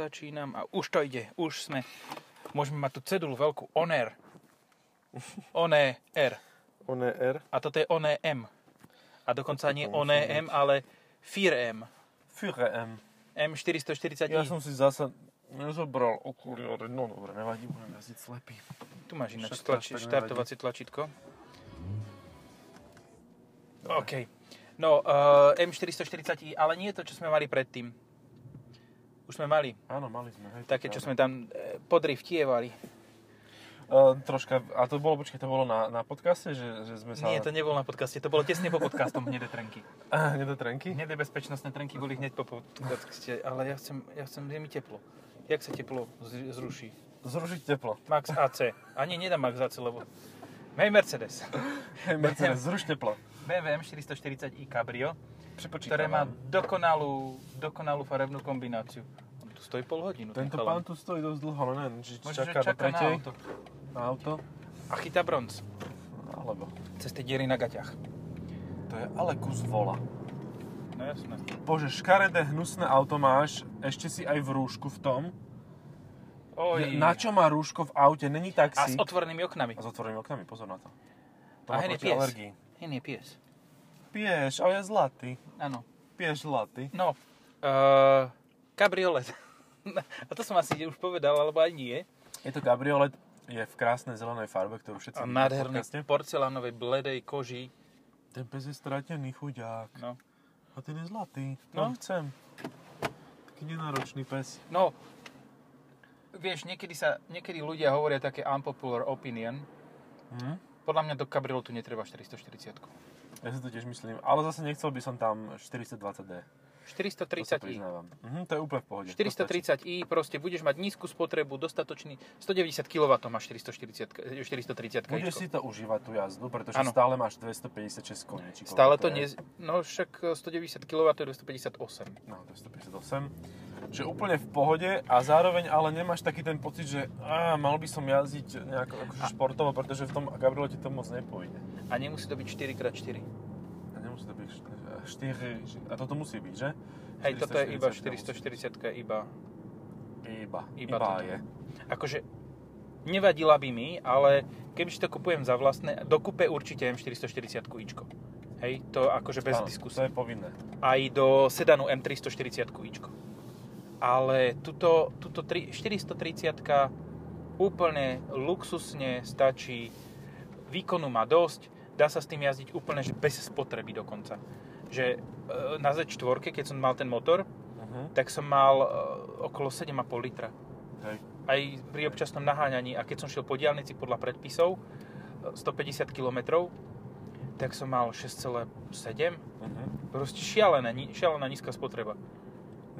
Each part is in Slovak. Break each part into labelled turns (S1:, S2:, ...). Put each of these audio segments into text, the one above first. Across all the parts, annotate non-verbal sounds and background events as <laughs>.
S1: začínam a už to ide, už sme. Môžeme mať tú cedulu veľkú, on air. On air.
S2: One R.
S1: A toto je oné M. A dokonca nie oné M, ale 4M.
S2: Führer M.
S1: M440i.
S2: Ja som si zasa nezobral okuliare. No dobre, nevadí, budem jazdiť slepý.
S1: Tu máš ináč
S2: Však to
S1: tlači,
S2: až tak nevadí.
S1: štartovacie tlačítko. OK. No, uh, M440i, ale nie je to, čo sme mali predtým. Už sme mali
S2: Áno, mali sme. Hej,
S1: také, čo sme tam eh, podrivtievali.
S2: Uh, troška, a to bolo, počkaj, to bolo na, na podcaste, že, že sme sa...
S1: Nie, to nebolo na podcaste, to bolo tesne po podcastom Hnedé trenky.
S2: <laughs> Ah, nie do trenky?
S1: Hnedé bezpečnostné trenky boli hneď po podcaste, ale ja chcem, ja chcem, je mi teplo. Jak sa teplo zr- zruší?
S2: Zružiť
S1: <laughs>
S2: teplo.
S1: Max AC. A nie, nedám Max AC, lebo... Hej, Mercedes.
S2: Hej, Mercedes, zruš teplo.
S1: BMW M440i Cabrio.
S2: Pripočítam.
S1: ktoré má dokonalú, dokonalú farebnú kombináciu. On tu stojí pol hodinu. ten
S2: Tento
S1: chalan.
S2: pán tu stojí dosť dlho, ale neviem, či
S1: Možno, že
S2: čaká, do
S1: čaká na
S2: tretej.
S1: auto.
S2: Na auto.
S1: A chytá bronz
S2: Alebo.
S1: cez tie diery na gaťach.
S2: To je ale kus vola.
S1: No jasné.
S2: Bože, škaredé, hnusné auto máš, ešte si aj v rúšku v tom.
S1: Oj.
S2: Ja, na čo má rúško v aute? Není
S1: A s
S2: taxi.
S1: otvorenými oknami.
S2: A s otvorenými oknami, pozor na to. To
S1: A
S2: má
S1: hen je
S2: proti
S1: pies.
S2: alergii.
S1: Hen je pies.
S2: Pieš, ale je zlatý.
S1: Áno.
S2: Pieš zlatý.
S1: No. Uh, kabriolet. <laughs> A to som asi už povedal, alebo aj nie.
S2: Je to kabriolet, je v krásnej zelenej farbe, ktorú všetci
S1: A
S2: vidíte v
S1: nádherný
S2: podcaste.
S1: porcelánovej bledej koži.
S2: Ten pes je stratený chuďák.
S1: No.
S2: A ten je zlatý.
S1: No.
S2: No. chcem. Taký nenáročný pes.
S1: No, vieš, niekedy, sa, niekedy ľudia hovoria také unpopular opinion.
S2: Hm?
S1: Podľa mňa do kabrioletu netreba 440.
S2: Ja si to tiež myslím, ale zase nechcel by som tam 420D. To sa
S1: 430i.
S2: priznávam. Mhm, to je úplne v pohode.
S1: 430i, proste budeš mať nízku spotrebu, dostatočný, 190 kW má 440, 430
S2: Budeš si to užívať tú jazdu, pretože
S1: Áno.
S2: ano. stále máš 256 koní. či koľko
S1: Stále to
S2: je.
S1: nie... No však 190 kW to je 258.
S2: No, 258. Čiže úplne v pohode a zároveň ale nemáš taký ten pocit, že á, mal by som jazdiť nejako akože športovo, pretože v tom Gabrielete to moc nepôjde.
S1: A nemusí to byť 4x4.
S2: A nemusí to byť 4, a toto musí byť, že?
S1: Hej, toto je iba
S2: 440
S1: 440 iba...
S2: Iba,
S1: Iba
S2: iba,
S1: toto.
S2: je.
S1: Akože nevadila by mi, ale keby si to kupujem za vlastné, dokupe určite M440 ičko. Hej, to akože bez
S2: Áno,
S1: diskusie.
S2: To je povinné.
S1: aj do sedanu M340 ičko. Ale tuto, tuto tri, 430 úplne luxusne stačí, výkonu má dosť, dá sa s tým jazdiť úplne že bez spotreby dokonca. Že e, na Z4, keď som mal ten motor,
S2: Uh-huh.
S1: tak som mal e, okolo 7,5 litra.
S2: Hej.
S1: Aj pri občasnom naháňaní a keď som šiel po diálnici podľa predpisov, e, 150 km, tak som mal 6,7
S2: Uh-huh.
S1: Proste šialená, ni- šialená nízka spotreba.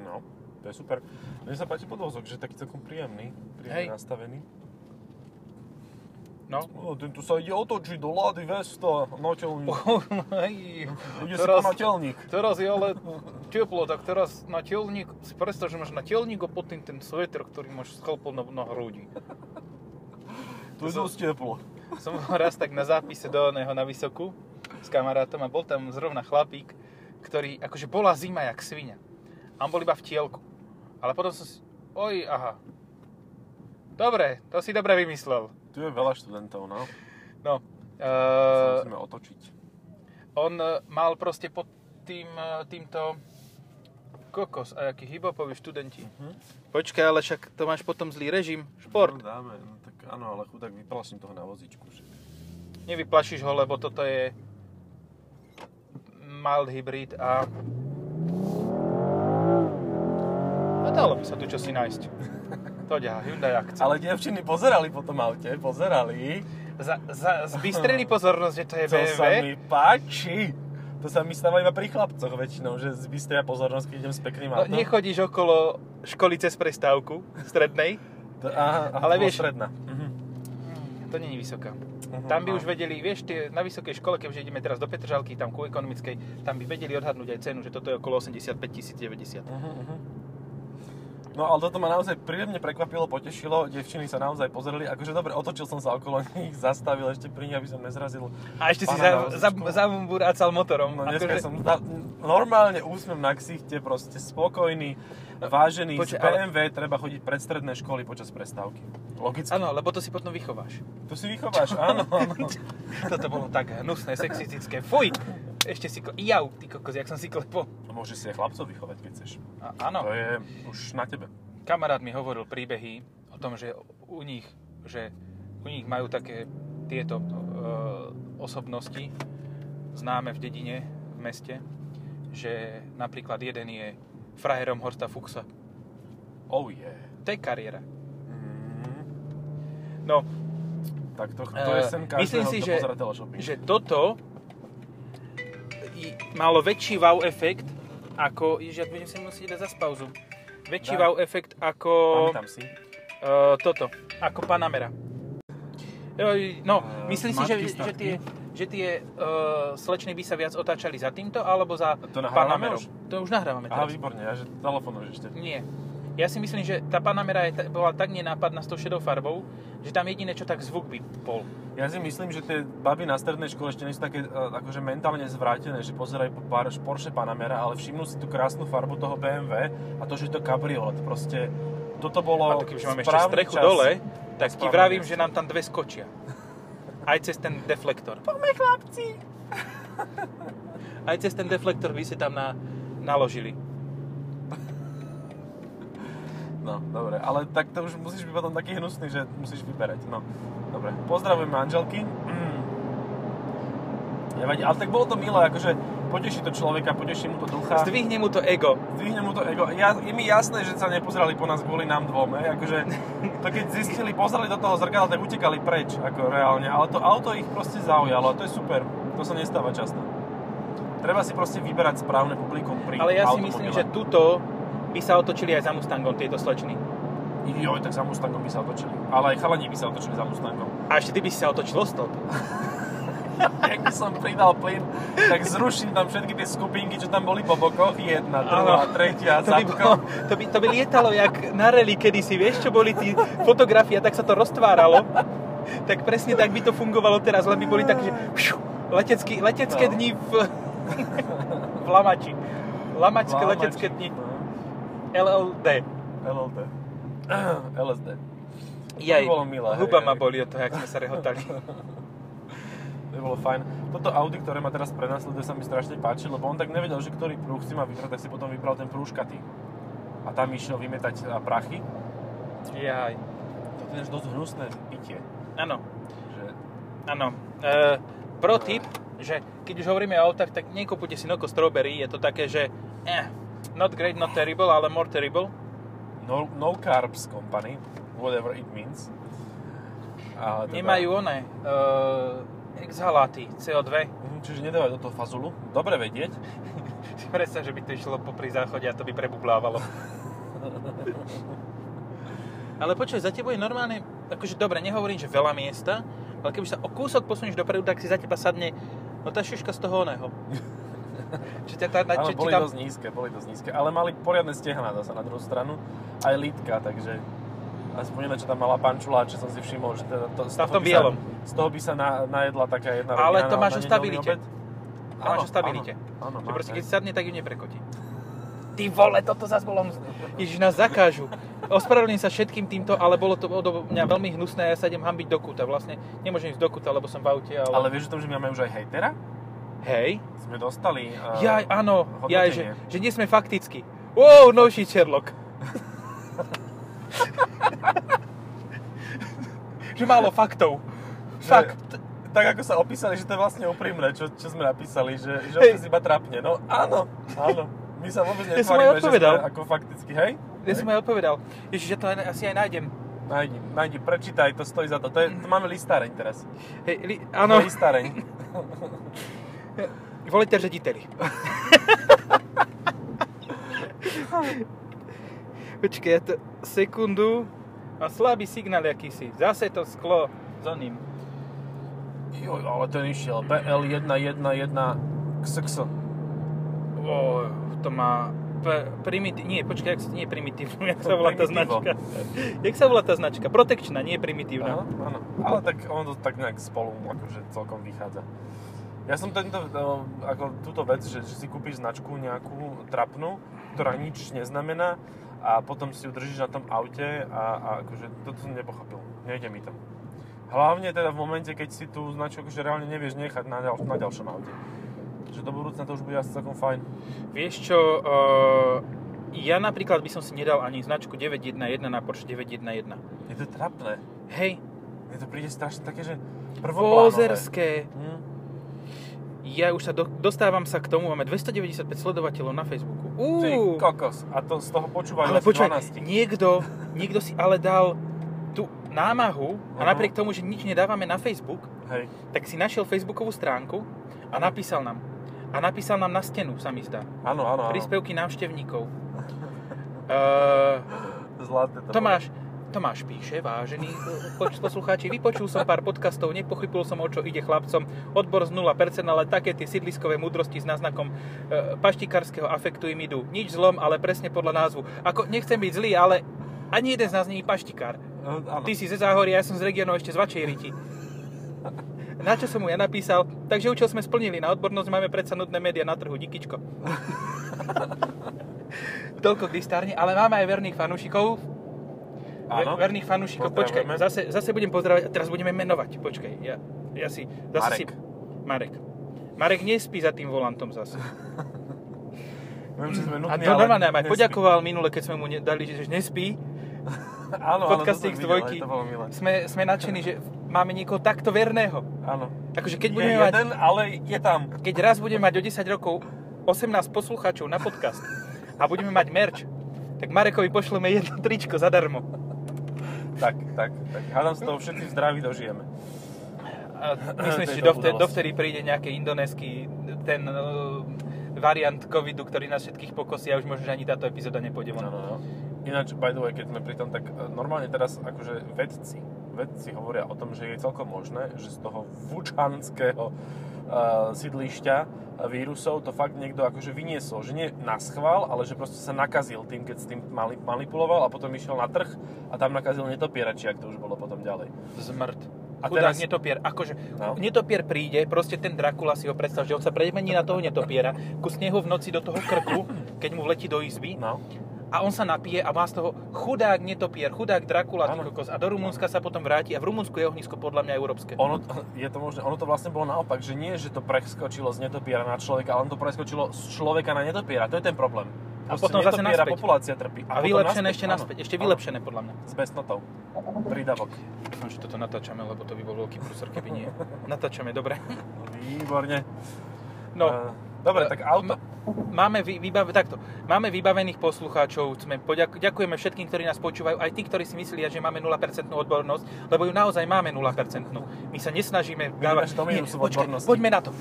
S2: No, to je super. Mne sa páči podvozok, že je taký celkom príjemný,
S1: Hej.
S2: príjemne nastavený.
S1: No.
S2: No, tento sa ide otočiť do Lady Vesta, natelník. Ide si
S1: Oh, teraz-
S2: po natelník.
S1: <laughs> teraz je ale teplo, tak teraz natelník, si predstav, že máš natelník a potom ten sveter, ktorý máš schlpol na, na hrudi.
S2: To je dosť teplo.
S1: Som bol raz tak na zápise do oného na Vysoku s kamarátom a bol tam zrovna chlapík, ktorý, akože bola zima jak svinia. A on bol iba v tielku. Ale potom som si, oj, aha. Dobre, to si dobre vymyslel.
S2: Tu je veľa študentov, no.
S1: No.
S2: Sa
S1: eh,
S2: musíme otočiť.
S1: On e, mal proste pod tým, e, týmto kokos a jaký hibopovi študenti.
S2: Mhm.
S1: Počkaj, ale však to máš potom zlý režim. Šport.
S2: No, dáme, no, tak áno, ale chudák vyplaším toho na vozíčku. Že...
S1: Nevyplašíš ho, lebo toto je mild hybrid a... A dalo by sa tu čosi nájsť.
S2: <laughs>
S1: To ďa, Hyundai akcia.
S2: Ale dievčiny pozerali po tom aute, pozerali.
S1: Za, za, zbystrili pozornosť, že to je
S2: To
S1: BMW.
S2: sa mi páči. To sa mi stáva iba pri chlapcoch väčšinou, že zbystria pozornosť, keď idem s pekným
S1: No,
S2: autom.
S1: nechodíš okolo školy cez prestávku strednej.
S2: To- Aha, aha,
S1: Ale
S2: to bola
S1: vieš-
S2: Stredná. Mhm.
S1: To není vysoká.
S2: Mhm,
S1: Tam by
S2: áno.
S1: už vedeli, vieš, tie, na vysokej škole, keďže ideme teraz do Petržalky, tam ku ekonomickej, tam by vedeli odhadnúť aj cenu, že toto je okolo 85 000, 90.
S2: Mhm, mhm. No ale toto ma naozaj príjemne prekvapilo, potešilo, devčiny sa naozaj pozreli, akože dobre, otočil som sa okolo nich, zastavil ešte pri nich, aby som nezrazil.
S1: A ešte si za,
S2: Pána na
S1: za,
S2: vozíčku.
S1: zamburácal motorom.
S2: No
S1: Akože-
S2: dneska som da, normálne úsmev na ksichte, proste spokojný, vážený,
S1: Počkaj,
S2: Počuť, z
S1: ale-
S2: BMW treba chodiť pred stredné školy počas prestávky. Logicky.
S1: Áno, lebo to si potom vychováš. No,
S2: Tu si vychováš, áno,
S1: <laughs>
S2: áno.
S1: Toto bolo tak hnusné, sexistické. Fuj! Ešte si... Kl- jau, ty kokos, jak som si klepol.
S2: No, Môžeš si aj chlapcov vychovať, keď chceš.
S1: A-
S2: To
S1: Áno,
S2: je už na tebe.
S1: kamarát mi hovoril príbehy o tom, že u nich, že u nich majú také tieto e, osobnosti známe v dedine, v meste, že napríklad jeden je frajerom Horsta Fuchsa.
S2: Oh yeah.
S1: To je kariéra.
S2: Mm,
S1: No,
S2: tak to, to je
S1: Eh,
S2: sem
S1: myslím
S2: každého,
S1: si,
S2: kto
S1: že-
S2: pozera teleshopping.
S1: že toto i- malo väčší wow efekt ako... Ježiš, ja budem si musieť dať za pauzu. Väčší
S2: Daj.
S1: wow efekt ako
S2: Pamätám si.
S1: uh, toto, ako Panamera. Joj, No,
S2: Eh,
S1: myslím si, že,
S2: matky,
S1: že
S2: statky.
S1: tie, že tie uh, slečny by sa viac otáčali za týmto, alebo za
S2: To nahrávame
S1: Panamerou.
S2: už?
S1: To už nahrávame
S2: Aha,
S1: teraz.
S2: výborne, ja, že telefonuješ ešte.
S1: Nie. Ja si myslím, že tá Panamera je, ta- bola tak nenápadná s tou šedou farbou, že tam jediné čo tak zvuk by bol.
S2: Ja si myslím, že tie baby na strednej škole ešte nie sú také e, akože mentálne zvrátené, že pozerajú po pár Porsche Panamera, ale všimnú si tú krásnu farbu toho BMW a to, že je to kabriolet. Proste
S1: A
S2: toto bolo
S1: to keďže máme ešte
S2: správny
S1: strechu
S2: čas.
S1: dole, tak ti
S2: správny
S1: vravím,
S2: čas.
S1: že nám tam dve skočia. Aj cez ten deflektor.
S2: Poďme chlapci!
S1: Aj cez ten deflektor by ste tam na, naložili.
S2: No, dobre, ale tak to už musíš byť potom taký hnusný, že musíš vyberať, no. Dobre, pozdravujem manželky. Mm. Nevadí, ale tak bolo to milé, akože poteší to človeka, poteší mu to ducha.
S1: Zdvihne mu to ego.
S2: Zdvihne mu to ego. Ja, je mi jasné, že sa nepozerali po nás kvôli nám dvom. Hej. Akože, to keď zistili, pozerali do toho zrkadla, tak utekali preč, ako reálne. Ale to auto ich proste zaujalo a to je super. To sa nestáva často. Treba si proste vyberať správne publikum pri
S1: Ale ja si
S2: automobile.
S1: myslím, že tuto by sa otočili aj za Mustangom tieto slečny.
S2: Joj, tak za Mustangom by sa otočili. Ale aj chalani by sa otočili za Mustangom. <laughs>
S1: A ešte ty by si sa otočil o stop.
S2: Jak by som pridal plyn, tak zruším tam všetky tie skupinky, čo tam boli po bokoch. Jedna,
S1: Áno.
S2: druhá, tretia,
S1: To by, bolo,
S2: zadko.
S1: to, by, to by lietalo jak na rally kedysi, vieš, čo boli tí fotografie a tak sa to roztváralo. Tak presne tak by to fungovalo teraz, len by boli také, že pšu, letecký, letecké
S2: No.
S1: dni v, v Lamači. Lamačské <laughs> letecké dni LLD.
S2: <clears throat> LLD. LSD.
S1: Jaj,
S2: bolo milé, hej,
S1: huba
S2: hej.
S1: ma boli od toho, jak sme sa rehotali.
S2: To by bolo fajn. Toto Audi, ktoré ma teraz prenasleduje, sa mi strašne páči, lebo on tak nevedel, že ktorý prúh si má vybrať, tak si potom vybral ten prúžkatý. A tam išiel vymetať a prachy.
S1: <laughs> Jaj,
S2: To je ináč dosť hnusné pitie.
S1: áno,
S2: Že...
S1: áno. E, pro tip, že keď už hovoríme o autách, tak nekupujte si Noco Strawberry, je to také, že eh, not great, not terrible, ale more terrible.
S2: No, no carbs company, whatever it means. Ale teda-
S1: Nemajú one uh, exhaláty CO2.
S2: Mhm, Čiže nedávať do toho fazulu. Dobre vedieť.
S1: Si <laughs> predstav, že by to išlo popri záchode a to by prebublávalo. <laughs> ale počuj, za tebou je normálne, akože dobre, nehovorím, že veľa miesta, ale keby sa o kúsok posunieš dopredu, tak si za teba sadne no tá šiška z toho <laughs> oného. Či ťa tá,
S2: Áno,
S1: čo ti
S2: boli
S1: tam...
S2: dosť nízke, boli dosť nízke. Ale mali poriadne stehná zase na druhú stranu. Aj lítka, takže... Aspoň jedna, čo tam mala pančula, čo som si všimol, že teda to, z,
S1: Tá v
S2: toho
S1: tom
S2: by
S1: bielom.
S2: Sa, z toho by sa na, najedla taká jedna
S1: Ale
S2: rodina
S1: to
S2: na-
S1: máš o
S2: na nedeľný
S1: stabilite.
S2: obed.
S1: To máš o stabilite.
S2: Áno, áno,
S1: Že
S2: mám,
S1: proste,
S2: hej.
S1: keď sadne, tak ju neprekotí. Ty vole, toto zase bolo... hnus- Ježiš, nás zakážu. Ospravedlňujem sa všetkým týmto, ale bolo to odo mňa veľmi hnusné a ja sa idem hambiť do kúta. Vlastne nemôžem ísť do kúta, lebo som v aute, ale...
S2: Ale vieš o tom, že my máme už aj hejtera?
S1: Hej.
S2: Sme dostali... Uh,
S1: Ja, áno, ja, že,
S2: hodnotenie.
S1: že nie sme fakticky. Wow, novší <laughs> Sherlock. že málo faktov.
S2: Že-
S1: Fakt.
S2: Tak ako sa opísali, že to je vlastne úprimné, čo, čo sme napísali, že, že
S1: Hej.
S2: občas iba trapne. No áno, áno. My sa vôbec
S1: Ja som aj
S2: netvárime, že
S1: odpovedal.
S2: sme ako fakticky, hej?
S1: Ja som aj odpovedal. Ježiš, ja to aj- asi aj nájdem.
S2: Najdi, najdi, prečítaj, to stojí za to. To, je, to máme listáreň teraz.
S1: Hej, li, áno,
S2: Listáreň.
S1: volejte řediteli. <laughs> Počkej, ja to sekundu. A slabý signál jakýsi. Zase to sklo za ním.
S2: Joj, ale ten išiel. BL111 XXO.
S1: O, to má p- primit, nie, počkaj, jak, sa- nie primitívnu, <laughs> jak sa volá tá
S2: Primitivo.
S1: značka? jak sa volá tá značka? Protekčná, nie primitívna.
S2: Áno, áno. Ale tak ono to tak nejak spolu akože celkom vychádza. Ja som tento, no, ako túto vec, že, že si kúpiš značku nejakú trapnú, ktorá nič neznamená a potom si ju držíš na tom aute a, a akože toto som nepochopil. Nejde mi to. Hlavne teda v momente, keď si tú značku akože reálne nevieš nechať na, ďal, na ďalšom aute. Že do budúcna to už bude asi celkom fajn.
S1: Vieš čo, e, ja napríklad by som si nedal ani značku 911 na Porsche 911.
S2: Je to trapné.
S1: Hej,
S2: Mne to príde strašne také, že prvoplánové.
S1: vozerské.
S2: Hm.
S1: Ja už sa do, dostávam sa k tomu, máme 295 sledovateľov na Facebooku.
S2: Ty
S1: Uú,
S2: kokos. A to z toho počúvajú
S1: ale
S2: asi
S1: počúvaj,
S2: 12.
S1: niekto, niekto si ale dal tú námahu a
S2: Aha.
S1: napriek tomu, že nič nedávame na Facebook,
S2: Hej.
S1: tak si našiel Facebookovú stránku a
S2: Áno.
S1: napísal nám. A napísal nám na stenu, sa mi zdá.
S2: Áno, áno, áno.
S1: Príspevky návštevníkov. Eh,
S2: Zlaté to
S1: Tomáš, Tomáš píše, vážení poč- poslucháči, vypočul som pár podcastov, nepochopil som, o čo ide chlapcom. Odbor z 0%, ale také tie sídliskové mudrosti s náznakom e, paštikárskeho afektu im idú. Nič zlom, ale presne podľa názvu. Ako, nechcem byť zlý, ale ani jeden z nás nie je paštikár.
S2: bolo. Áno.
S1: Ty si ze Záhoria, ja som z regionu ešte z Vačej Riti. Na čo som mu ja napísal, takže účel sme splnili, na odbornosť máme predsa nudné médiá na trhu,
S2: <laughs>
S1: dikičko. Toľko k distárne, ale máme aj verných fanúšikov.
S2: Áno.
S1: Ver- Verných fanúšikov, počkaj,
S2: Pozdravujeme.
S1: zase, zase budem pozdravať, teraz budeme menovať, počkaj, ja, ja si, zase si...
S2: Marek.
S1: Marek. Marek nespí za tým volantom zase.
S2: Viem, že sme nutní,
S1: A to
S2: No, ale
S1: normálne, aj
S2: nespí.
S1: poďakoval minule, keď sme mu ne- dali, že že nespí,
S2: <laughs> Áno, áno, No, to som
S1: podcastík z
S2: videl,
S1: dvojky.
S2: aj to bolo milé.
S1: Sme, sme nadšení, že máme niekoho takto verného.
S2: Áno.
S1: Akože keď
S2: Je
S1: budeme mať,
S2: jeden, ale je tam.
S1: keď raz budeme mať o 10 rokov 18 poslucháčov na podcast a budeme mať merch, tak Marekovi pošleme jedno tričko zadarmo.
S2: Tak, tak, tak. Hádam z toho všetci zdraví dožijeme.
S1: A myslím
S2: To je
S1: si, že
S2: dobrá
S1: dovtedy,
S2: udalosť.
S1: dovtedy príde nejaký indonésky ten eh, variant covidu, ktorý nás všetkých pokosí a už možno že ani táto epizóda nepôjde von.
S2: Áno, áno. Ináč, by the way, keď sme pri tom, tak e, normálne teraz akože vedci, vedci hovoria o tom, že je celkom možné, že z toho vučanského uh, sídlišťa e, vírusov to fakt niekto akože vyniesol. Že nie na schvál, ale že proste sa nakazil tým, keď s tým mali, manipuloval a potom išiel na trh a tam nakazil netopiera, či ak to už bolo potom ďalej.
S1: Zmrt. A
S2: A
S1: Chudák
S2: teraz-
S1: netopier. Akože, no.
S2: No.
S1: netopier príde, proste ten Dracula si ho predstav, že on sa premení na toho netopiera, kus snehu v noci do toho krku, keď mu vletí do izby
S2: No,
S1: a on sa napije a má z toho chudák netopier, chudák Dracula, ty
S2: Áno.
S1: kokos. A do Rumunska sa potom vráti a v Rumunsku je ohnisko podľa mňa európske.
S2: ono, t- je to možné, ono to vlastne bolo naopak, že nie, že to preskočilo z netopiera na človeka, ale ono to preskočilo z človeka na netopiera, to je ten problém.
S1: A potom zase
S2: netopiera
S1: naspäť.
S2: populácia trpí.
S1: a vylepšené ešte
S2: áno.
S1: naspäť, ešte
S2: Áno.
S1: vylepšené podľa mňa.
S2: S besnotou. Prídavok.
S1: Dúfam, že toto natáčame, lebo to by bol veľký prúser, keby
S2: <laughs>
S1: nie. Natáčame, dobre.
S2: Eh, Výborne.
S1: No,
S2: Eh, Dobre, tak auto.
S1: M- Máme, vy, vybav- takto, máme vybavených poslucháčov, sme poďak- ďakujeme všetkým, ktorí nás počúvajú, aj tí, ktorí si myslia, že máme 0% odbornosť, lebo ju naozaj máme 0%. My sa nesnažíme
S2: máš to minus v odbornosti.
S1: poďme na to.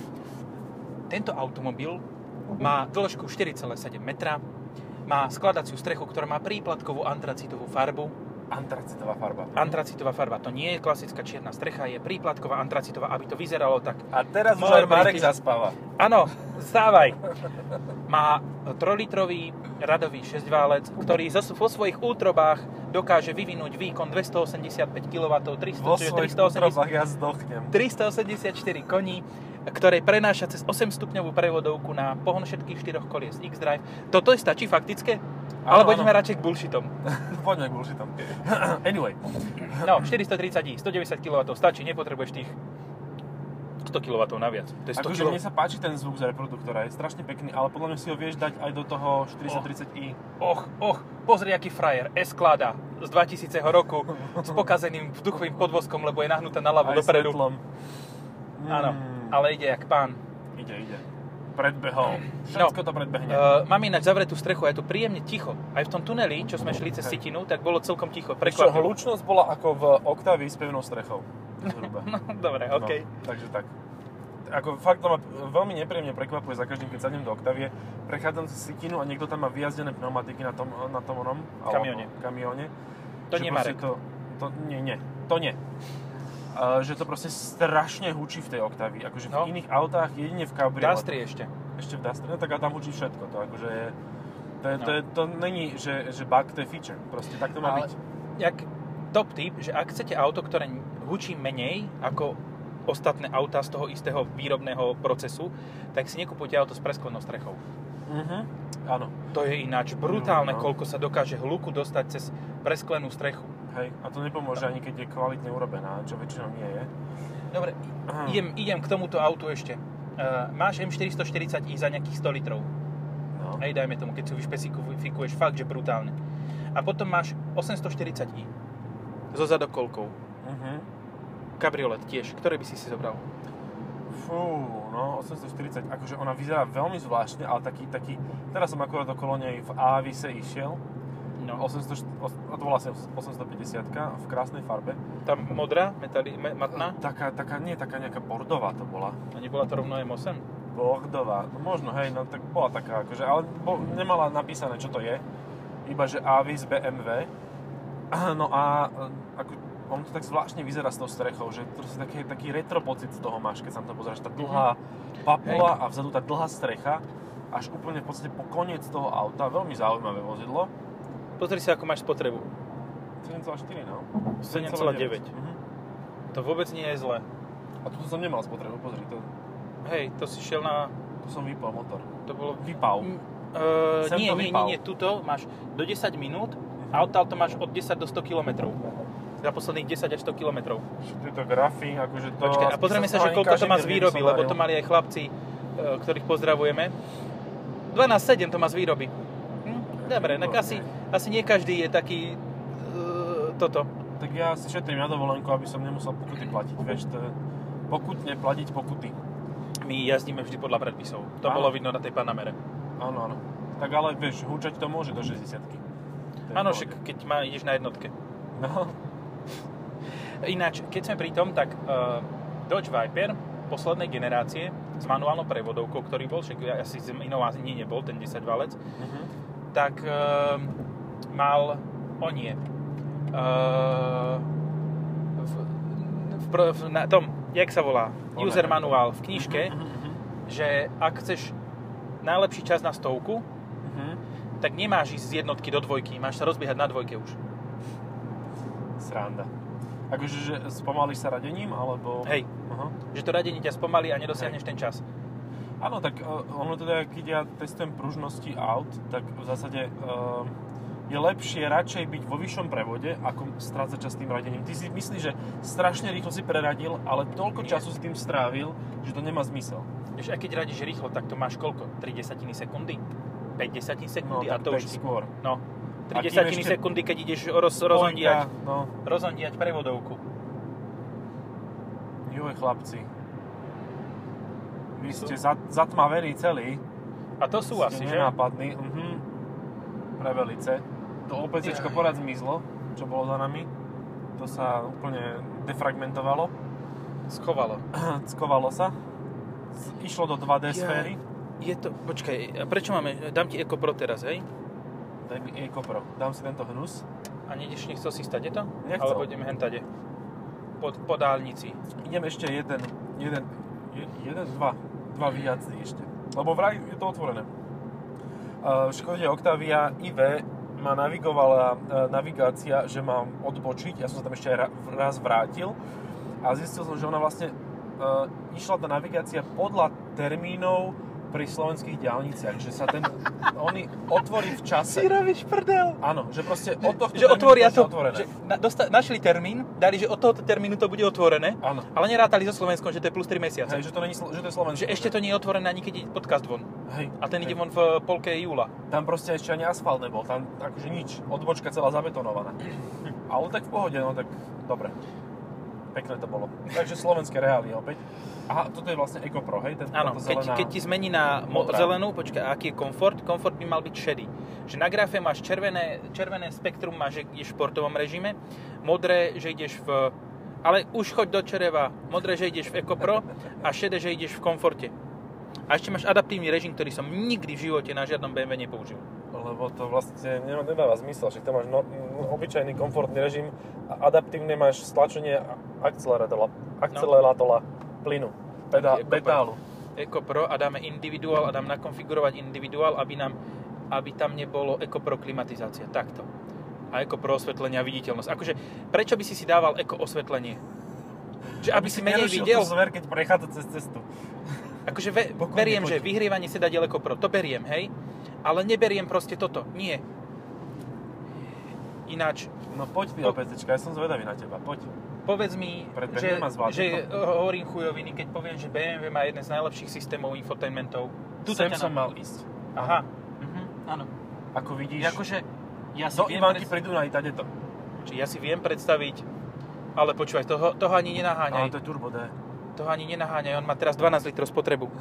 S1: Tento automobil má dĺžku 4,7 metra, má skladaciu strechu, ktorá má príplatkovú antracitovú farbu,
S2: Antracitová farba.
S1: Antracitová farba to nie je klasická čierna strecha, je príplatková antracitová, aby to vyzeralo tak.
S2: A teraz už
S1: Moje
S2: aj Marek
S1: prísť-
S2: zaspáva.
S1: Áno, stávaj! Má trolitrový radový šesťválec, ktorý zo, vo svojich útrobách dokáže vyvinúť výkon 285 kW, 300,
S2: Vo
S1: čiže
S2: svojich
S1: 380
S2: útrobách ja zdochnem.
S1: 384 koní, ktoré prenáša cez 8-stupňovú prevodovku na pohon všetkých štyroch kolies X-Drive. Toto je stačí faktické? Alebo
S2: áno.
S1: ideme radšej k bullshitom.
S2: <laughs> Poďme k bullshitom. <clears throat> anyway.
S1: No, 430i, 190 kW stačí, nepotrebuješ tých 100 kW naviac. To je 100
S2: Akože
S1: kW.
S2: mne sa páči ten zvuk z reproduktora, je strašne pekný, ale podľa mňa si ho vieš dať aj do toho 430i.
S1: Och, och, pozri, aký frajer, Esklada z 2000 roku
S2: <laughs>
S1: s pokazeným vzduchovým podvozkom, lebo je nahnutá na ľavo
S2: Aj
S1: dopredu.
S2: svetlom. Mm,
S1: Áno, ale ide jak pán.
S2: Ide, ide. Predbehol. Všetko to predbehne.
S1: Uh, mám ináč zavretú strechu a je tu príjemne ticho. Aj v tom tuneli, čo sme šli cez
S2: Hej.
S1: Sitinu, tak bolo celkom ticho.
S2: Čo,
S1: Prekvapivo. <laughs>
S2: hlučnosť bola ako v Octavii s pevnou strechou. <laughs> Zhruba.
S1: Dobre, OK.
S2: No, takže tak. Ako fakt to ma veľmi nepríjemne prekvapuje za každým, keď sadnem do Octavie, prechádzam cez Sitinu a niekto tam má vyjazdené pneumatiky na tom, na tom onom alebo
S1: Kamióne.
S2: kamióne.
S1: To
S2: Že
S1: nie
S2: proste
S1: Marek.
S2: To, to, nie, nie, to nie. Uh, že to proste strašne hučí v tej Octavii. Akože
S1: No.
S2: v iných autách, jedine v Cabriole.
S1: Dastri ešte.
S2: Ešte v Dastri, no tak ale tam hučí všetko. To akože je To, je, to, je, to není, že, že bug, to je feature. Proste tak to má
S1: Ale
S2: byť.
S1: jak top tip, že ak chcete auto, ktoré hučí menej ako ostatné autá z toho istého výrobného procesu, tak si nekupujte auto s presklenou strechou.
S2: Mhm. Áno.
S1: To je ináč brutálne,
S2: No.
S1: koľko sa dokáže hluku dostať cez presklenú strechu.
S2: Hej. A to nepomôže ani keď je kvalitne urobená, čo väčšinou nie je.
S1: Dobre,
S2: Aha.
S1: idem, idem k tomuto autu ešte. Uh, máš M440i za nejakých 100 litrov.
S2: No.
S1: Hej, dajme tomu, keď si ju vyšpecifikuješ fakt, že brutálne. A potom máš 840i. So zadokolkou.
S2: Mhm.
S1: Kabriolet tiež. Ktorý by si si zobral?
S2: Fú, no 840, akože ona vyzerá veľmi zvláštne, ale taký, taký, teraz som akurát okolo nej v Avise išiel, 800, a to bola asi 850 v krásnej farbe.
S1: Tam modrá, metali, me, matná.
S2: Taká, taká, nie, taká nejaká bordová to bola.
S1: A nebola to rovno M8?
S2: Bordová, no možno, hej, no tak bola taká, akože, ale bo, nemala napísané, čo to je, iba že Avis BMW. Ah, <clears throat> No a e, ako, on to tak zvláštne vyzerá s tou strechou, že proste taký, taký retro pocit z toho máš, keď sa na to pozeráš, tá dlhá papula a vzadu tá dlhá strecha, až úplne v podstate po koniec toho auta, veľmi zaujímavé vozidlo.
S1: Pozri sa, ako máš spotrebu.
S2: 7,4, no.
S1: 7,9.
S2: Mhm.
S1: To vôbec nie je zle.
S2: A tu som nemal spotrebu, pozri, to,
S1: Hej, to si šiel na...
S2: tu som vypal motor.
S1: To bolo...
S2: Vypal.
S1: Mm, Uh,
S2: Sem
S1: nie,
S2: to
S1: nie, nie,
S2: vypal.
S1: nie, tuto máš do 10 minút a odtiaľ to máš od 10 do 100 km. Za posledných 10 až 100 km.
S2: Tieto grafy, akože to...
S1: Počkaj, No, a pozrieme sa, že koľko to má z výroby, lebo to mali aj chlapci, e, ktorých pozdravujeme. 12,7 to má z výroby. Hm? Dobre, tak asi, asi nie každý je taký e, toto.
S2: Tak ja si šetrím na dovolenku, aby som nemusel pokuty platiť, vieš, to je pokutne platiť pokuty.
S1: My jazdíme vždy podľa predpisov. To
S2: Áno.
S1: bolo vidno na tej Panamere.
S2: Áno, áno. Tak ale vieš, húčať to môže do 60
S1: Áno, však keď ma ideš na jednotke. <laughs>
S2: No,
S1: Ináč, keď sme pri tom, tak uh, Dodge Viper poslednej generácie s manuálnou prevodovkou, ktorý bol, však asi z inovázní nebol, ten 10 valec,
S2: mhm.
S1: tak uh, mal, o nie, uh, v, v, pro- v, na tom, jak sa volá,
S2: Ono
S1: user
S2: je.
S1: manuál v knižke,
S2: Mhm, mhm,
S1: že ak chceš najlepší čas na stovku,
S2: mhm.
S1: tak nemáš ísť z jednotky do dvojky, máš sa rozbiehať na dvojke už.
S2: Sranda. Akože, že spomalíš sa radením, alebo...
S1: Hej,
S2: Aha.
S1: že to radenie ťa spomalí a nedosiahneš ten čas.
S2: Áno, tak e, ono teda, keď ja testujem pružnosti aut, tak v zásade e, je lepšie radšej byť vo vyššom prevode, ako strácať čas tým radením. Ty si myslíš, že strašne rýchlo si preradil, ale toľko
S1: Nie.
S2: času si tým strávil, že to nemá zmysel.
S1: Vieš, aj keď radíš rýchlo, tak to máš koľko? 3 desatiny sekundy? 5 desatín sekundy a
S2: tak
S1: to už
S2: daj
S1: si...
S2: skôr.
S1: No, 3
S2: A kým
S1: desatiny
S2: ešte-
S1: sekundy, keď ideš roz, rozondiať,
S2: Pointa, No,
S1: rozondiať prevodovku.
S2: juhe chlapci. Vy ste za, zatmavení celí.
S1: A to sú asi,
S2: ste
S1: že?
S2: nenápadní. Mhm. Prevelice. To OPCčko
S1: Jaj.
S2: porad zmizlo, čo bolo za nami. To sa úplne defragmentovalo.
S1: Schovalo.
S2: Skovalo sa. Z- Išlo do 2D
S1: Jaj.
S2: sféry.
S1: Je to... Počkaj, a prečo máme... Dám ti Eco Pro teraz, hej?
S2: Daj mi Eco Pro. Dám si tento hnus.
S1: A nejdeš, nechcel si stať, je to?
S2: Nechcel.
S1: Alebo ideme hentade. Po, po dálnici.
S2: Idem ešte jeden, jeden, je- jeden, dva, dva výjazdy ešte. Lebo vraj je to otvorené. Uh, v Škode Octavia IV ma navigovala uh, navigácia, že mám odbočiť. Ja som sa tam ešte aj ra- raz vrátil a zistil som, že ona vlastne uh, išla tá navigácia podľa termínov pri slovenských diálniciach, že sa ten, oni otvorí v čase.
S1: robíš prdel!
S2: Áno, že proste od tohto
S1: Že
S2: termínu
S1: otvoria
S2: je
S1: to,
S2: otvorené.
S1: že na, dosta, našli termín, dali, že od tohoto termínu to bude otvorené,
S2: Áno.
S1: ale nerátali so Slovenskom, že to je plus 3 mesiace.
S2: Hej, že to, není, slo- že to je Slovensko.
S1: Že ešte to nie je otvorené, ani keď ide podcast von.
S2: Hej.
S1: A ten
S2: Hej.
S1: ide von v eh, polke júla.
S2: Tam proste ešte ani asfalt nebol, tam akože nič, odbočka celá zabetonovaná. Ale tak v pohode, no tak dobre. Pekné to bolo. Takže slovenské reálie opäť. Aha, toto je vlastne EcoPro, hej? Ten,
S1: Áno,
S2: táto
S1: keď, keď ti zmení na mo-
S2: modrá.
S1: zelenú, počkaj, a aký je komfort? Komfort by mal byť šedý. Že na grafe máš červené, červené spektrum, máš, že ideš v športovom režime, modré, že ideš v... Ale už choď do čereva. Modré, že ideš v <laughs> EcoPro a šedé, že ideš v komforte. A ešte máš adaptívny režim, ktorý som nikdy v živote na žiadnom BMW nepoužil.
S2: Lebo to vlastne ne- nedáva zmysel, že tam máš no, m, obyčajný komfortný režim a adaptívne máš stlačenie a- akcelerátora, akcelerátora plynu, teda
S1: Taký EcoPro.
S2: pedálu.
S1: EcoPro a dáme individuál a dám nakonfigurovať individuál, aby nám aby tam nebolo EcoPro klimatizácia. Takto. A EcoPro osvetlenie a viditeľnosť. Akože, prečo by si si dával Eco osvetlenie? Že aby, si menej
S2: nerušil
S1: videl?
S2: tú zver, keď prechádza cez cestu.
S1: Akože ve,
S2: Pokojne
S1: beriem,
S2: poď.
S1: že vyhrievanie sedadiel EcoPro, to beriem, hej? Ale neberiem proste toto. Nie. Ináč,
S2: No poď ty
S1: Po-
S2: OPCčka, ja som zvedavý na teba, poď.
S1: Povedz mi, že,
S2: Predbehnem a zvládnem
S1: že
S2: to.
S1: hovorím chujoviny, keď poviem, že BMW má jeden z najlepších systémov infotainmentov. Tuto
S2: Sem
S1: ťa
S2: som
S1: na-
S2: mal ísť.
S1: Aha. Mhm, áno.
S2: Ako vidíš, No,
S1: Akože, ja si,
S2: do
S1: viem
S2: Ivanky
S1: pred...
S2: pri Dunaji, tady to.
S1: Či ja si viem predstaviť, ale počúvaj, toho, toho ani
S2: Ale
S1: nenaháňaj.
S2: to je turbo D.
S1: Toho ani nenaháňaj, on má teraz 12 litrov spotrebu. <laughs>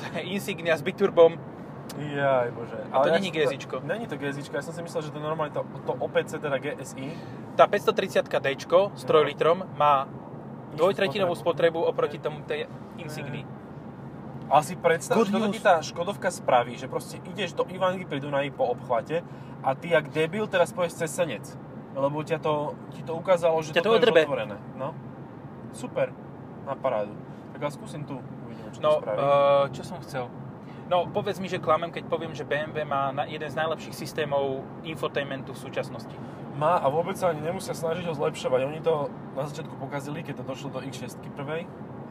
S1: To je Insignia s biturbom.
S2: Jaj, bože.
S1: to
S2: ja
S1: není
S2: som
S1: GSIčko.
S2: Není to GSIčko, ja som si myslel, že to je normálne to, to OPC, teda GSI.
S1: Tá 530 d s 3
S2: No.
S1: litrom má dvojtretinovú
S2: spotrebu.
S1: spotrebu oproti tomu tej Insignii.
S2: Ale si predstav,
S1: Good
S2: že toto ti
S1: news.
S2: tá Škodovka spraví, že proste ideš do Ivanky pri Dunaji po obchvate a ty jak debil teraz poješ cez Senec. Lebo ťa to, ti to ukázalo, že
S1: Ťa to
S2: toto je už
S1: odrbe.
S2: otvorené. No. Super. Na parádu. Tak ja skúsim tu. Uvidíme, čo
S1: No,
S2: to spraví.
S1: uh, čo som chcel? No, povedz mi, že klamem, keď poviem, že BMW má na jeden z najlepších systémov infotainmentu v súčasnosti.
S2: Má a vôbec sa ani nemusia snažiť ho zlepšovať. Oni to na začiatku pokazili, keď to došlo do X6 prvej.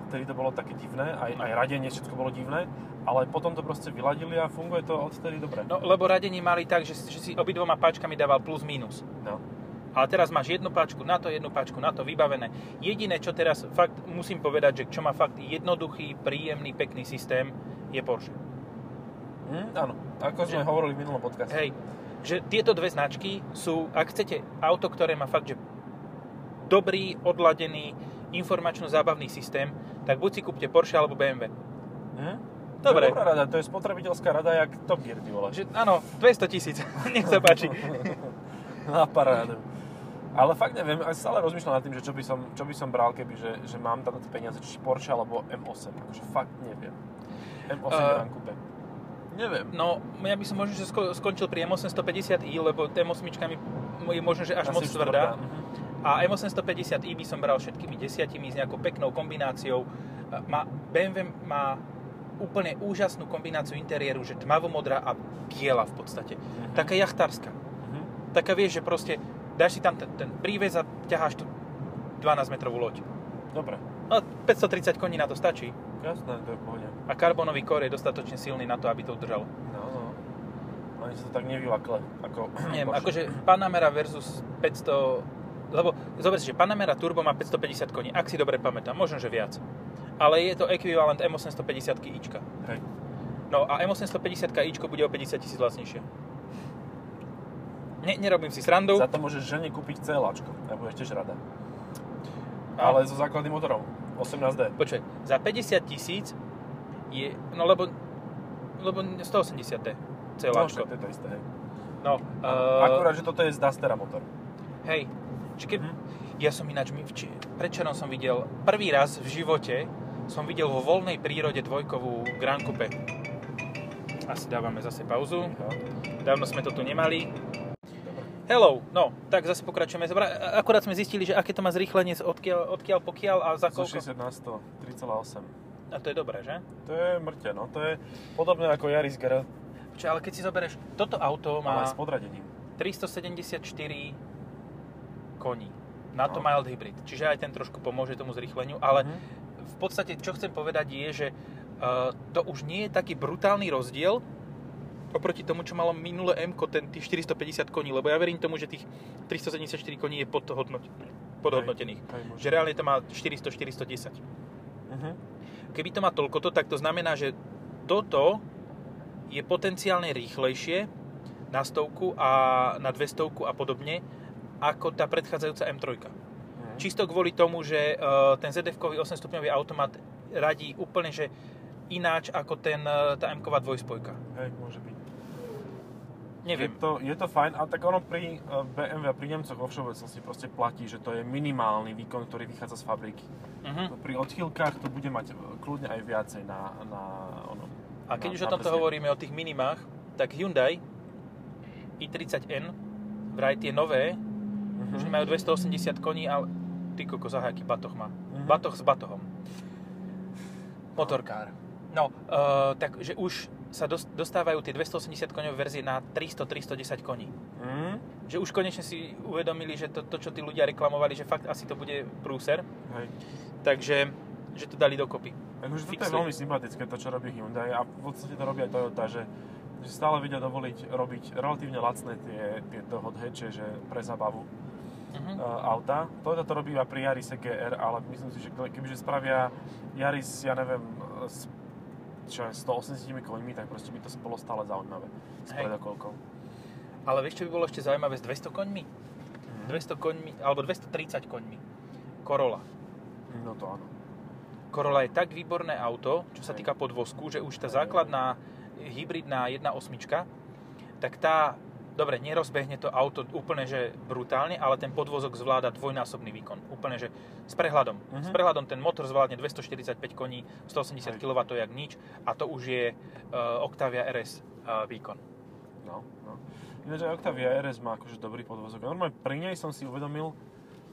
S2: Vtedy to bolo také divné, aj, aj radenie všetko bolo divné, ale potom to proste vyladili a funguje to odtedy dobre.
S1: No, lebo radení mali tak, že, že si obidvoma páčkami dával plus minus.
S2: No.
S1: Ale teraz máš jednu páčku na to, jednu páčku na to, vybavené. Jediné, čo teraz fakt musím povedať, že čo má fakt jednoduchý, príjemný, pekný systém, je Porsche.
S2: Hm, áno, ako sme
S1: Že-
S2: hovorili v minulom podcaste.
S1: Hej, že tieto dve značky sú, ak chcete auto, ktoré má fakt, že dobrý, odladený, informačno-zábavný systém, tak buď si kúpte Porsche alebo BMW.
S2: Hm?
S1: Dobre.
S2: To je dobrá rada, to je spotrebiteľská rada, jak Top Gear, ty vole.
S1: Že, <laughs> áno, 200 tisíc, <laughs> nech sa páči.
S2: Na parádu. Ale fakt neviem, aj stále rozmýšľam nad tým, že čo by som, čo by som bral, keby že, že mám tam tie peniaze, či Porsche alebo M8. Akože fakt neviem. M8
S1: Eh.
S2: uh, kúpe. Neviem.
S1: No, ja by som možno, že sko- skončil pri M850i, lebo M8 mi m- je možno, že až
S2: Asi
S1: moc
S2: už
S1: tvrdá.
S2: Mhm.
S1: A M850i E by som bral všetkými desiatimi s nejakou peknou kombináciou. E, Má, BMW má úplne úžasnú kombináciu interiéru, že tmavomodrá a biela v podstate.
S2: Mhm.
S1: Taká jachtárska.
S2: Mhm.
S1: Taká vieš, že proste dáš si tam ten, ten príves a ťaháš tú 12-metrovú loď.
S2: Dobre,
S1: No, 530 koní na to stačí.
S2: jasné, to je v pohode.
S1: A karbonový kor je dostatočne silný na to, aby to udržalo.
S2: No, no. Ani sa to tak nevylakle, ako
S1: <clears throat> Neviem,
S2: Porsche.
S1: akože Panamera versus 500... Lebo zober si, že Panamera Turbo má 550 koní, ak si dobre pamätám, možno, že viac. Ale je to ekvivalent M850 ička.
S2: Hej.
S1: No a M850 ičko bude o 50 tisíc lacnejšie. Ne, nerobím si srandu.
S2: Za to môžeš žene kúpiť celáčko, a budeš tiež rada. Ale so základným motorom, 18D.
S1: Počkaj, za 50 tisíc je... No lebo... Lebo 180 D celáčko.
S2: No, však to je to isté, hej.
S1: No, uh,
S2: Akurát, že toto je z Dustera motor.
S1: Hej, či keď,
S2: Mhm.
S1: ja som ináč, mi vči, predčerom som videl, prvý raz v živote som videl vo voľnej prírode dvojkovú Grand Coupe. Asi dávame zase pauzu, dávno sme to tu nemali. Hello, no, tak zase pokračujeme. Zabra- Akurát sme zistili, že aké to má zrýchlenie, z odkiaľ, odkiaľ pokiaľ a za
S2: Zo
S1: koľko.
S2: 60 na
S1: A
S2: 100, 3,8.
S1: to je dobré, že?
S2: To je mŕte, no. To je podobné ako Yaris GR,
S1: Čo, ale keď si zoberieš, toto auto má
S2: ale s podradením.
S1: 374 koní. Na to
S2: No.
S1: mild hybrid. Čiže aj ten trošku pomôže tomu zrýchleniu, ale
S2: Mhm.
S1: v podstate, čo chcem povedať je, že uh, to už nie je taký brutálny rozdiel oproti tomu, čo malo minulé m ten tých 450 koní, lebo ja verím tomu, že tých 374 koní je podhodnot- podhodnotených.
S2: Hej, môže.
S1: Že reálne to má 400-410.
S2: Mhm.
S1: Keby to má toľkoto, tak to znamená, že toto je potenciálne rýchlejšie na stovku a na 200 a podobne, ako tá predchádzajúca M3.
S2: Mhm.
S1: Čisto kvôli tomu, že e, ten ZF-kový 8-stupňový automat radí úplne, že ináč ako ten, e, tá M-ková dvojspojka.
S2: Hej, môže byť.
S1: Neviem.
S2: Je to, je to fajn, a tak ono pri eh, BMW a pri Nemcoch vo všeobecnosti proste platí, že to je minimálny výkon, ktorý vychádza z fabriky.
S1: Mhm.
S2: Pri odchýlkach to bude mať eh, kľudne aj viacej na, na ono.
S1: A keď
S2: na-
S1: už
S2: na
S1: o tomto
S2: brzde.
S1: hovoríme, o tých minimách, tak Hyundai i30N, vraj tie nové,
S2: Mhm.
S1: už majú 280 koní, ale ty koko, zahaj, aký batoh má.
S2: Mhm.
S1: Batoh s batohom. Motorka. No, e, takže už sa dos- dostávajú tie 280 koňové verzie na 300-310 koní.
S2: Mm.
S1: Že už konečne si uvedomili, že to, to, čo tí ľudia reklamovali, že fakt asi to bude prúser.
S2: Hej.
S1: Takže že to dali dokopy.
S2: Akože toto je
S1: Fixli.
S2: veľmi sympatické, to čo robí Hyundai a v podstate to robí aj Toyota, že, že stále vedia dovoliť robiť relatívne lacné tie, tieto hot hatche, že pre zabavu
S1: Mhm.
S2: uh, auta. Toyota to robí iba pri Yarise GR, ale myslím si, že ke- kebyže spravia Yaris, ja neviem, eh, s, čo je, 180 koňmi, tak proste by to bolo stále zaujímavé s
S1: Hej.
S2: predokolkou.
S1: Ale vieš, čo by bolo ešte zaujímavé s 200 koňmi? 200 koňmi, alebo 230 koňmi. Corolla.
S2: No to áno.
S1: Corolla je tak výborné auto, čo sa
S2: Hej.
S1: týka podvozku, že už tá
S2: Hej.
S1: základná hybridná 1.8, tak tá, dobre, nerozbehne to auto úplne, že brutálne, ale ten podvozok zvláda dvojnásobný výkon. Úplne, že s prehľadom.
S2: Mhm.
S1: S prehľadom ten motor zvládne 245 koní, 180
S2: Hej.
S1: kW jak nič a to už je uh, Octavia RS uh, výkon.
S2: No, no. Ináč aj Octavia RS má akože dobrý podvozok. Normálne pri nej som si uvedomil,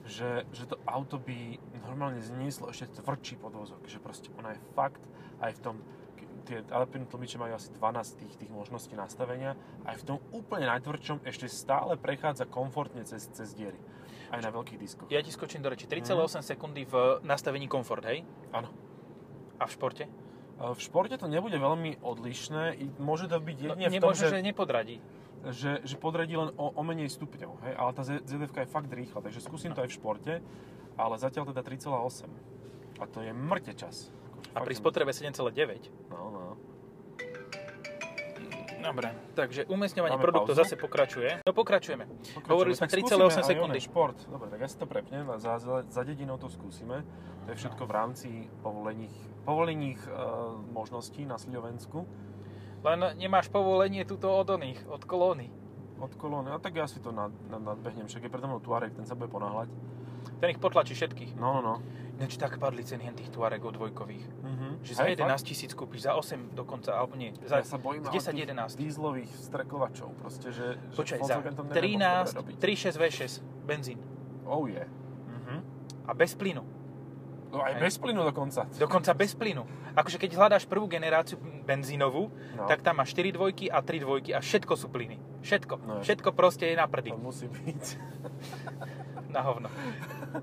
S2: že, že to auto by normálne znieslo ešte tvrdší podvozok. Že proste ona je fakt aj v tom, ke- tie Alpine tlmiče majú asi 12 tých, tých možností nastavenia, aj v tom úplne najtvrdšom ešte stále prechádza komfortne cez, cez diery. Aj na veľkých diskoch.
S1: Ja ti skočím do reči.
S2: Mhm.
S1: 3,8 sekundy v nastavení komfort, hej?
S2: Áno.
S1: A v športe?
S2: E, V športe to nebude veľmi odlišné, i- môže to byť
S1: No,
S2: jedine v tom,
S1: nemôže,
S2: že...
S1: že nepodradí.
S2: že, že podredí len o, o menej stupňov, hej? ale tá Z- ZF je fakt rýchla, takže skúsim to aj v športe, ale zatiaľ teda 3,8. A to je mŕte čas.
S1: A
S2: Akože fakt
S1: pri
S2: je
S1: spotrebe 7,9
S2: mŕte. No, no.
S1: Dobre, takže umiestňovanie
S2: Máme
S1: produktov
S2: pauzu?
S1: zase pokračuje. No pokračujeme.
S2: Pokračujeme.
S1: Hovorili sme
S2: Tak skúsime
S1: 3,8
S2: aj
S1: sekundy.
S2: onen šport. Dobre, tak ja si to prepnem a za, za, za dedinou to skúsime. To je všetko v rámci povolených, povolených e, možností na Slovensku.
S1: Len nemáš povolenie tuto od oných, od kolóny.
S2: Od kolóny, a tak ja si to nad, nad, nadbehnem, však je predo mnou Tuareg, ten sa bude ponáhľať.
S1: Ten ich potlačí všetkých.
S2: No, no, no.
S1: Ináč tak padli ceny hen tých Tuaregov dvojkových.
S2: Mhm.
S1: Že za
S2: Hej,
S1: 11
S2: fakt?
S1: tisíc kúpiš, za 8 dokonca, alebo nie. Za,
S2: Ja sa bojím
S1: z
S2: ale
S1: 10,
S2: tých
S1: 11.
S2: dízlových strekovačov, proste, že, že
S1: Počkaj, za
S2: Volkswagen to nevie moc dobre
S1: 13, 3,6
S2: robiť.
S1: V6, benzín.
S2: Oh je.
S1: Mhm.
S2: Mm-hmm.
S1: A bez plynu.
S2: No
S1: Hej.
S2: aj bez plynu dokonca.
S1: Dokonca bez plynu. Akože keď hľadáš prvú generáciu benzínovú,
S2: No,
S1: tak tam máš 4 dvojky a 3 dvojky a všetko sú plyny. Všetko.
S2: No je.
S1: Všetko proste je na prdy.
S2: to musí byť.
S1: Na hovno.
S2: No.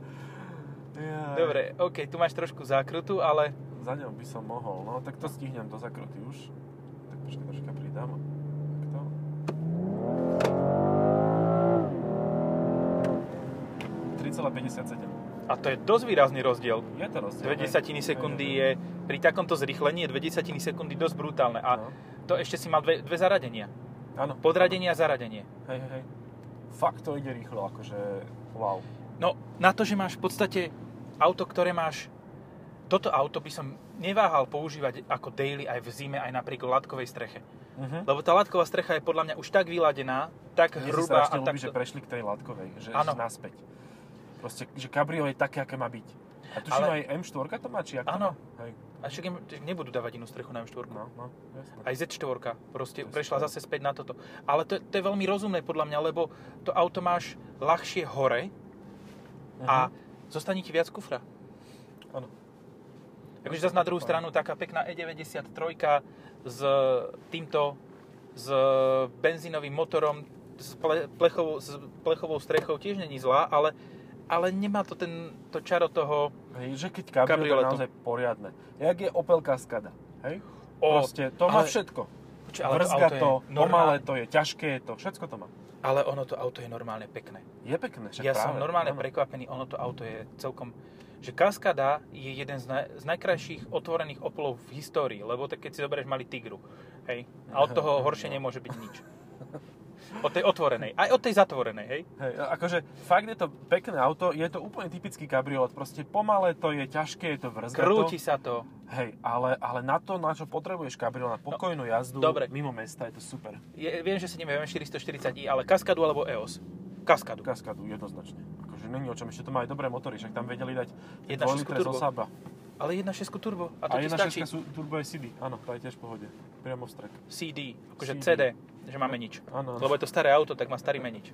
S2: Jaj.
S1: Dobre, OK, tu máš trošku zákrutu, ale
S2: Za ňou by som mohol, no tak to stihnem do zakruty už. Tak počkaj, troška pridám. Tak to.
S1: a to je dosť výrazný rozdiel.
S2: Je to rozdiel.
S1: 2 desatiny sekundy je pri takomto zrýchlení je 2 desatiny sekundy dosť brutálne. A
S2: No.
S1: to ešte si mal dve, dve zaradenia.
S2: Áno.
S1: Podradenie a zaradenie.
S2: Hej, hej, hej. Fakt to ide rýchlo, akože wow.
S1: No, na to, že máš v podstate auto, ktoré máš... Toto auto by som neváhal používať ako daily aj v zime, aj napriek látkovej streche.
S2: Mhm.
S1: Lebo tá látková strecha je podľa mňa už tak vyladená, tak
S2: Mne sa
S1: hrubá a
S2: strašne
S1: tak...
S2: ľúbi, že prešli k tej látkovej, že
S1: Áno.
S2: ano. naspäť. Proste, že Cabrio je také, aké má byť. A tuším
S1: Ale-
S2: aj M4 to má, či ako
S1: Áno.
S2: To má? Hej,
S1: A však im- nebudú dávať inú strechu na M4.
S2: no, no, jasné.
S1: Aj Z4 proste
S2: To je
S1: prešla
S2: super.
S1: zase späť na toto. Ale to, to je veľmi rozumné podľa mňa, lebo to auto máš ľahšie hore
S2: Mhm.
S1: a zostane ti viac kufra.
S2: Áno.
S1: Takže zase na druhú stranu taká pekná E93 s týmto, s benzínovým motorom, s, ple, plechovou, s plechovou strechou tiež není zlá, ale, ale nemá to ten, to čaro toho...
S2: Hej, že keď Cabrio, to je
S1: Cabrioletu.
S2: naozaj poriadne. Jak je Opel Cascada, hej?
S1: O,
S2: Proste, to má
S1: ale-
S2: všetko.
S1: Počkaj,
S2: Ale
S1: ale to
S2: Vrzga
S1: auto
S2: to,
S1: je
S2: to pomalé
S1: normálne,
S2: to je, ťažké je to, všetko to má.
S1: ale ono to auto je normálne pekné.
S2: Je pekné, však
S1: Ja
S2: práve.
S1: som normálne
S2: áno.
S1: prekvapený, ono to auto je celkom... Že Kaskada je jeden z, naj, z najkrajších otvorených opolov v histórii, lebo tak keď si zoberieš mali Tigru, hej, a od toho horšie
S2: No.
S1: nemôže byť nič. Od tej otvorenej, aj od tej zatvorenej, hej.
S2: Hej, akože fakt je to pekné auto, je to úplne typický kabriolet, proste pomalé to je, ťažké je to vrzga
S1: Krúti sa to.
S2: Hej, ale, ale na to, na čo potrebuješ kabriol, na pokojnú jazdu
S1: dobre.
S2: mimo mesta, je to super.
S1: Je, viem, že si neviem 440i, ale Kaskadu alebo E EOS? Kaskadu.
S2: Kaskadu jednoznačne. Akože není o čom, ešte to má aj dobré motory, však tam vedeli dať
S1: 1.6
S2: 2 litre zo
S1: turbo.
S2: sába.
S1: Ale 1.6 turbo, a to
S2: A
S1: ti
S2: 1.6
S1: stačí.
S2: sú turbo je CD, áno, to je tiež v pohode. Priamo v strek.
S1: CD, akože
S2: CD.
S1: CD, že máme nič.
S2: Áno.
S1: Lebo je to staré auto, tak má starý menič.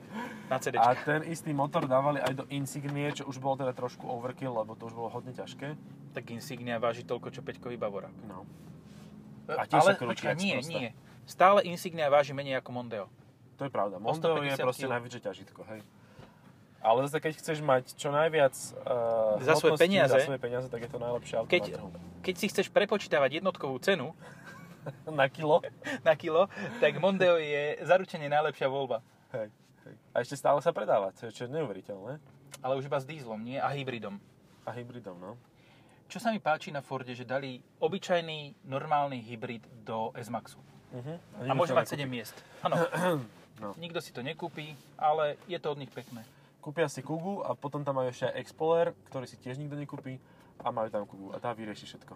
S1: Na CD.
S2: No, A ten istý motor dávali aj do Insignie, čo už bolo teda trošku overkill, lebo to už bolo hodne ťažké.
S1: Tak Insignia váži toľko, čo 5-kový Bavorák.
S2: No. A tiež
S1: ale
S2: sa krúti,
S1: počkaj,
S2: jak
S1: nie,
S2: sprosta.
S1: nie. Stále Insignia váži menej ako Mondeo.
S2: To je pravda. Mondeo
S1: 150
S2: je proste
S1: kg.
S2: najväčšie ťažitko, hej. Ale zase keď chceš mať čo najviac uh,
S1: Za svoje peniaze.
S2: za svoje peniaze, tak je to najlepšie auto
S1: Keď-
S2: na trhu.
S1: Keď si chceš prepočítavať jednotkovú cenu
S2: Na kilo.
S1: na kilo, tak Mondeo je zaručene najlepšia voľba.
S2: Hej, hej. A ešte stále sa predáva, čo je, čo je neuveriteľné.
S1: Ale už iba s dízlom, nie? A hybridom.
S2: A hybridom, no.
S1: Čo sa mi páči na Forde, že dali obyčajný, normálny hybrid do S-Maxu.
S2: Uh-huh.
S1: Mhm. A môže mať 7 miest. <clears throat> Áno.
S2: No.
S1: Nikto si to nekúpi, ale je to od nich pekné.
S2: Kúpia si Kugu a potom tam majú ešte aj Explorer, ktorý si tiež nikto nekúpi a majú tam Kugu a tá vyrieši všetko.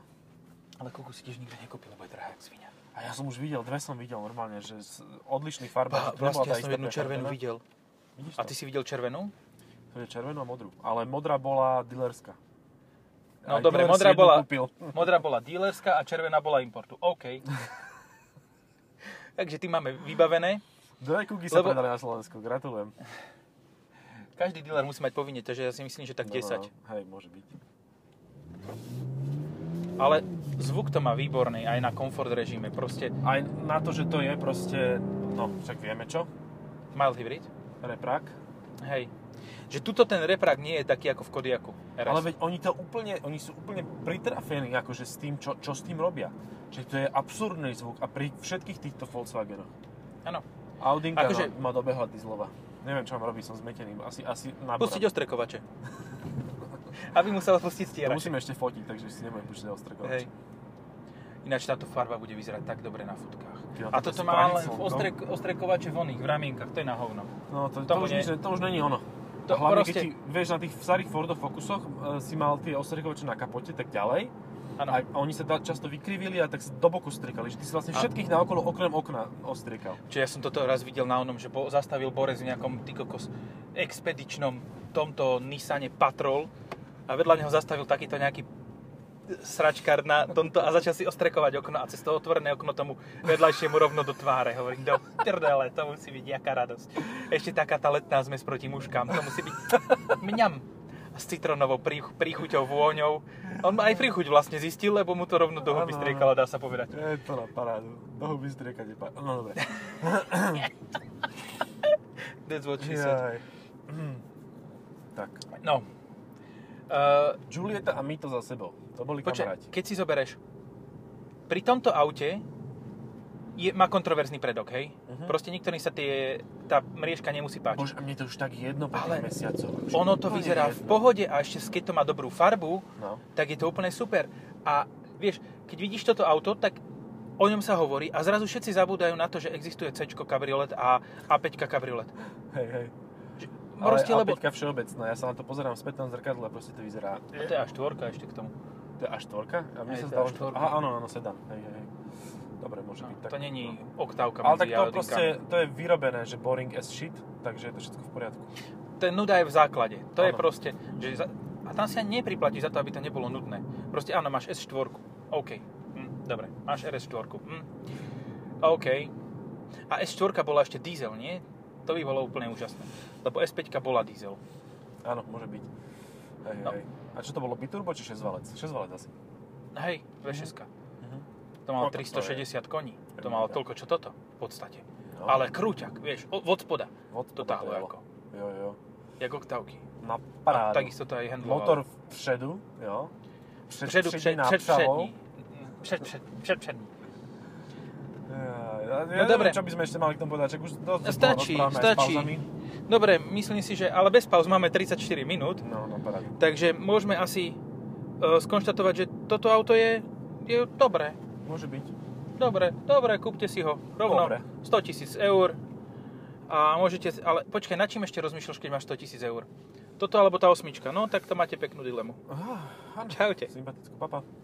S1: Ale koľko si tiež nikto nekúpi, lebo je drahá jak svinia.
S2: A ja som už videl, dve som videl normálne, že z odlišných farbách. že to
S1: vlastne
S2: nebola
S1: ja som
S2: tá istá
S1: jednu
S2: prefarbená.
S1: červenú videl.
S2: Vidíš
S1: A ty si videl červenú?
S2: To je červenú a modrú. Ale modrá bola dealerská.
S1: No
S2: Aj
S1: dobre,
S2: dealer si
S1: modrá
S2: jednu
S1: bola-
S2: Kúpil.
S1: Modrá bola dílerská a červená bola importu. OK. <laughs> Takže tým máme vybavené.
S2: Dve Kugy sa
S1: Lebo-
S2: predali na Slovensku, gratulujem.
S1: Každý dealer musí mať povinne, takže ja si myslím, že tak
S2: No,
S1: 10.
S2: No, no, hej, môže byť.
S1: Ale zvuk to má výborný aj na komfort režime. Proste
S2: Aj na to, že to je proste, no však vieme čo,
S1: mild hybrid.
S2: reprak.
S1: Hej. Že tuto ten reprak nie je taký ako v Kodiaku. RS.
S2: Ale veď oni to úplne, oni sú úplne pritrafení akože s tým, čo, čo s tým robia. Že to je absurdný zvuk a pri všetkých týchto Volkswagenoch.
S1: Áno.
S2: Audinka
S1: Akože-
S2: akože... ma dobehla dizlova. Neviem, čo mám robiť, som zmetený. Asi, asi
S1: Pustiť
S2: nabrať.
S1: ostrekovače. <laughs> Aby musel pustiť
S2: To
S1: stierač.
S2: musím ešte fotiť, takže si nebudem púšťať ostrekovač.
S1: Hej. Ináč táto farba bude vyzerať tak dobre na fotkách.
S2: Ty,
S1: A
S2: to
S1: toto
S2: si
S1: má len
S2: panicou,
S1: v
S2: no.
S1: ostrek, ostrekovače voných, v ramienkach, to je na hovno.
S2: No, to, to,
S1: Tomu
S2: už,
S1: nie.
S2: nič, ne- to už není ono.
S1: To
S2: To Hlavne,
S1: proste-
S2: keď ti, vieš, na tých starých Fordo Focusoch e, si mal tie ostrekovače na kapote, tak ďalej.
S1: Áno.
S2: A, a oni sa da, často vykrivili a tak sa do boku strikali. Že ty si vlastne
S1: A-
S2: všetkých naokolo okrem okna ostrikal.
S1: Čiže ja som toto raz videl na onom, že po, zastavil Borec v nejakom tykokos expedičnom tomto Nissane Patrol a vedľa neho zastavil takýto nejaký sračkár na tomto a začal si ostrekovať okno a cez to otvorené okno tomu vedľajšiemu rovno do tváre. Hovorím, do prdele, to musí byť jaká radosť. Ešte taká tá letná zmes proti muškám, to musí byť mňam s citronovou príchu, príchuťou, vôňou. On aj príchuť vlastne zistil, lebo mu to rovno do huby
S2: Áno, áno.
S1: striekala, dá sa povedať.
S2: Je to na parádu. Do huby striekať je parádu. No dobre.
S1: <laughs> That's what she said.
S2: Jaj. Mm. tak.
S1: No. Uh,
S2: Julieta a Mito za sebou. To boli kamaráti.
S1: Počkaj, keď si zoberieš, pri tomto aute je, má kontroverzný predok, hej?
S2: Mhm.
S1: Proste niektorým sa tie, tá mriežka nemusí páčiť.
S2: Bože, a mne to už tak jedno po
S1: Ale
S2: tých mesiacoch. Už
S1: ono to
S2: úplne
S1: vyzerá v
S2: jedno.
S1: pohode a ešte keď to má dobrú farbu,
S2: No.
S1: tak je to úplne super. A vieš, keď vidíš toto auto, tak o ňom sa hovorí a zrazu všetci zabúdajú na to, že existuje C kabriolet a A5 kabriolet.
S2: Hej, hej.
S1: Proste,
S2: ale
S1: lebo...
S2: A5 všeobecná, ja sa na to pozerám v spätnom zrkadle a proste to vyzerá...
S1: A to je až tvorka ešte k tomu.
S2: To je až štvorka? A mne
S1: Hej, to
S2: sa
S1: je
S2: zdalo,
S1: až
S2: že...
S1: štvorka.
S2: Aha, áno, áno, sedan. Hej, hej, hej. Dobre, môže
S1: No,
S2: byť tak.
S1: to není
S2: no.
S1: oktávka
S2: Ale tak
S1: medzi
S2: to
S1: jadinkami.
S2: proste, to je vyrobené, že boring as shit, takže je to všetko v poriadku.
S1: ten nuda je v základe. To je
S2: Áno.
S1: proste, že za, a tam si ani nepriplatí za to, aby to nebolo nudné. Proste áno, máš S4, OK. Hm, dobre, máš RS4, hm. OK. A S4 bola ešte diesel, nie? To by bolo úplne úžasné. Lebo S5 bola diesel.
S2: Áno, môže byť. Hej,
S1: No.
S2: hej. A čo to bolo, biturbo či šesťvalec? Šesťvalec asi.
S1: Hej, V6.
S2: Mhm.
S1: To malo
S2: No, tak to
S1: 360 koní. To
S2: Pevná
S1: malo
S2: hra.
S1: toľko, čo toto v podstate.
S2: No.
S1: Ale krúťak, vieš, o- od spoda.
S2: Od
S1: To
S2: spoda
S1: táhlo
S2: jelo.
S1: ako,
S2: Jo, jo.
S1: jak oktávky.
S2: Na
S1: A
S2: parádu.
S1: takisto to aj handlovalo.
S2: Motor vpredu, jo. Před,
S1: Vpredu, No. před,
S2: na
S1: před,
S2: přavou.
S1: přední. Před, před, před, přední.
S2: Ja,
S1: No
S2: ja
S1: dobre.
S2: neviem, čo by sme ešte mali k tomu povedať, čak už dosť
S1: Stačí,
S2: rozprávame aj s
S1: stačí.
S2: pauzami.
S1: Dobre, myslím si, že... Ale bez pauz máme 34 minút,
S2: No, na parádu.
S1: takže môžeme asi e, skonštatovať, že toto auto je, je dobré.
S2: Môže byť.
S1: Dobre, dobre, kúpte si ho rovno.
S2: Dobre.
S1: 100 tisíc eur. A môžete... Ale počkaj, na čím ešte rozmýšľaš, keď máš 100 tisíc eur? Toto alebo tá osmička. No, tak to máte peknú dilemu.
S2: Ah, áno.
S1: Čaute.
S2: Sympatickú, papa.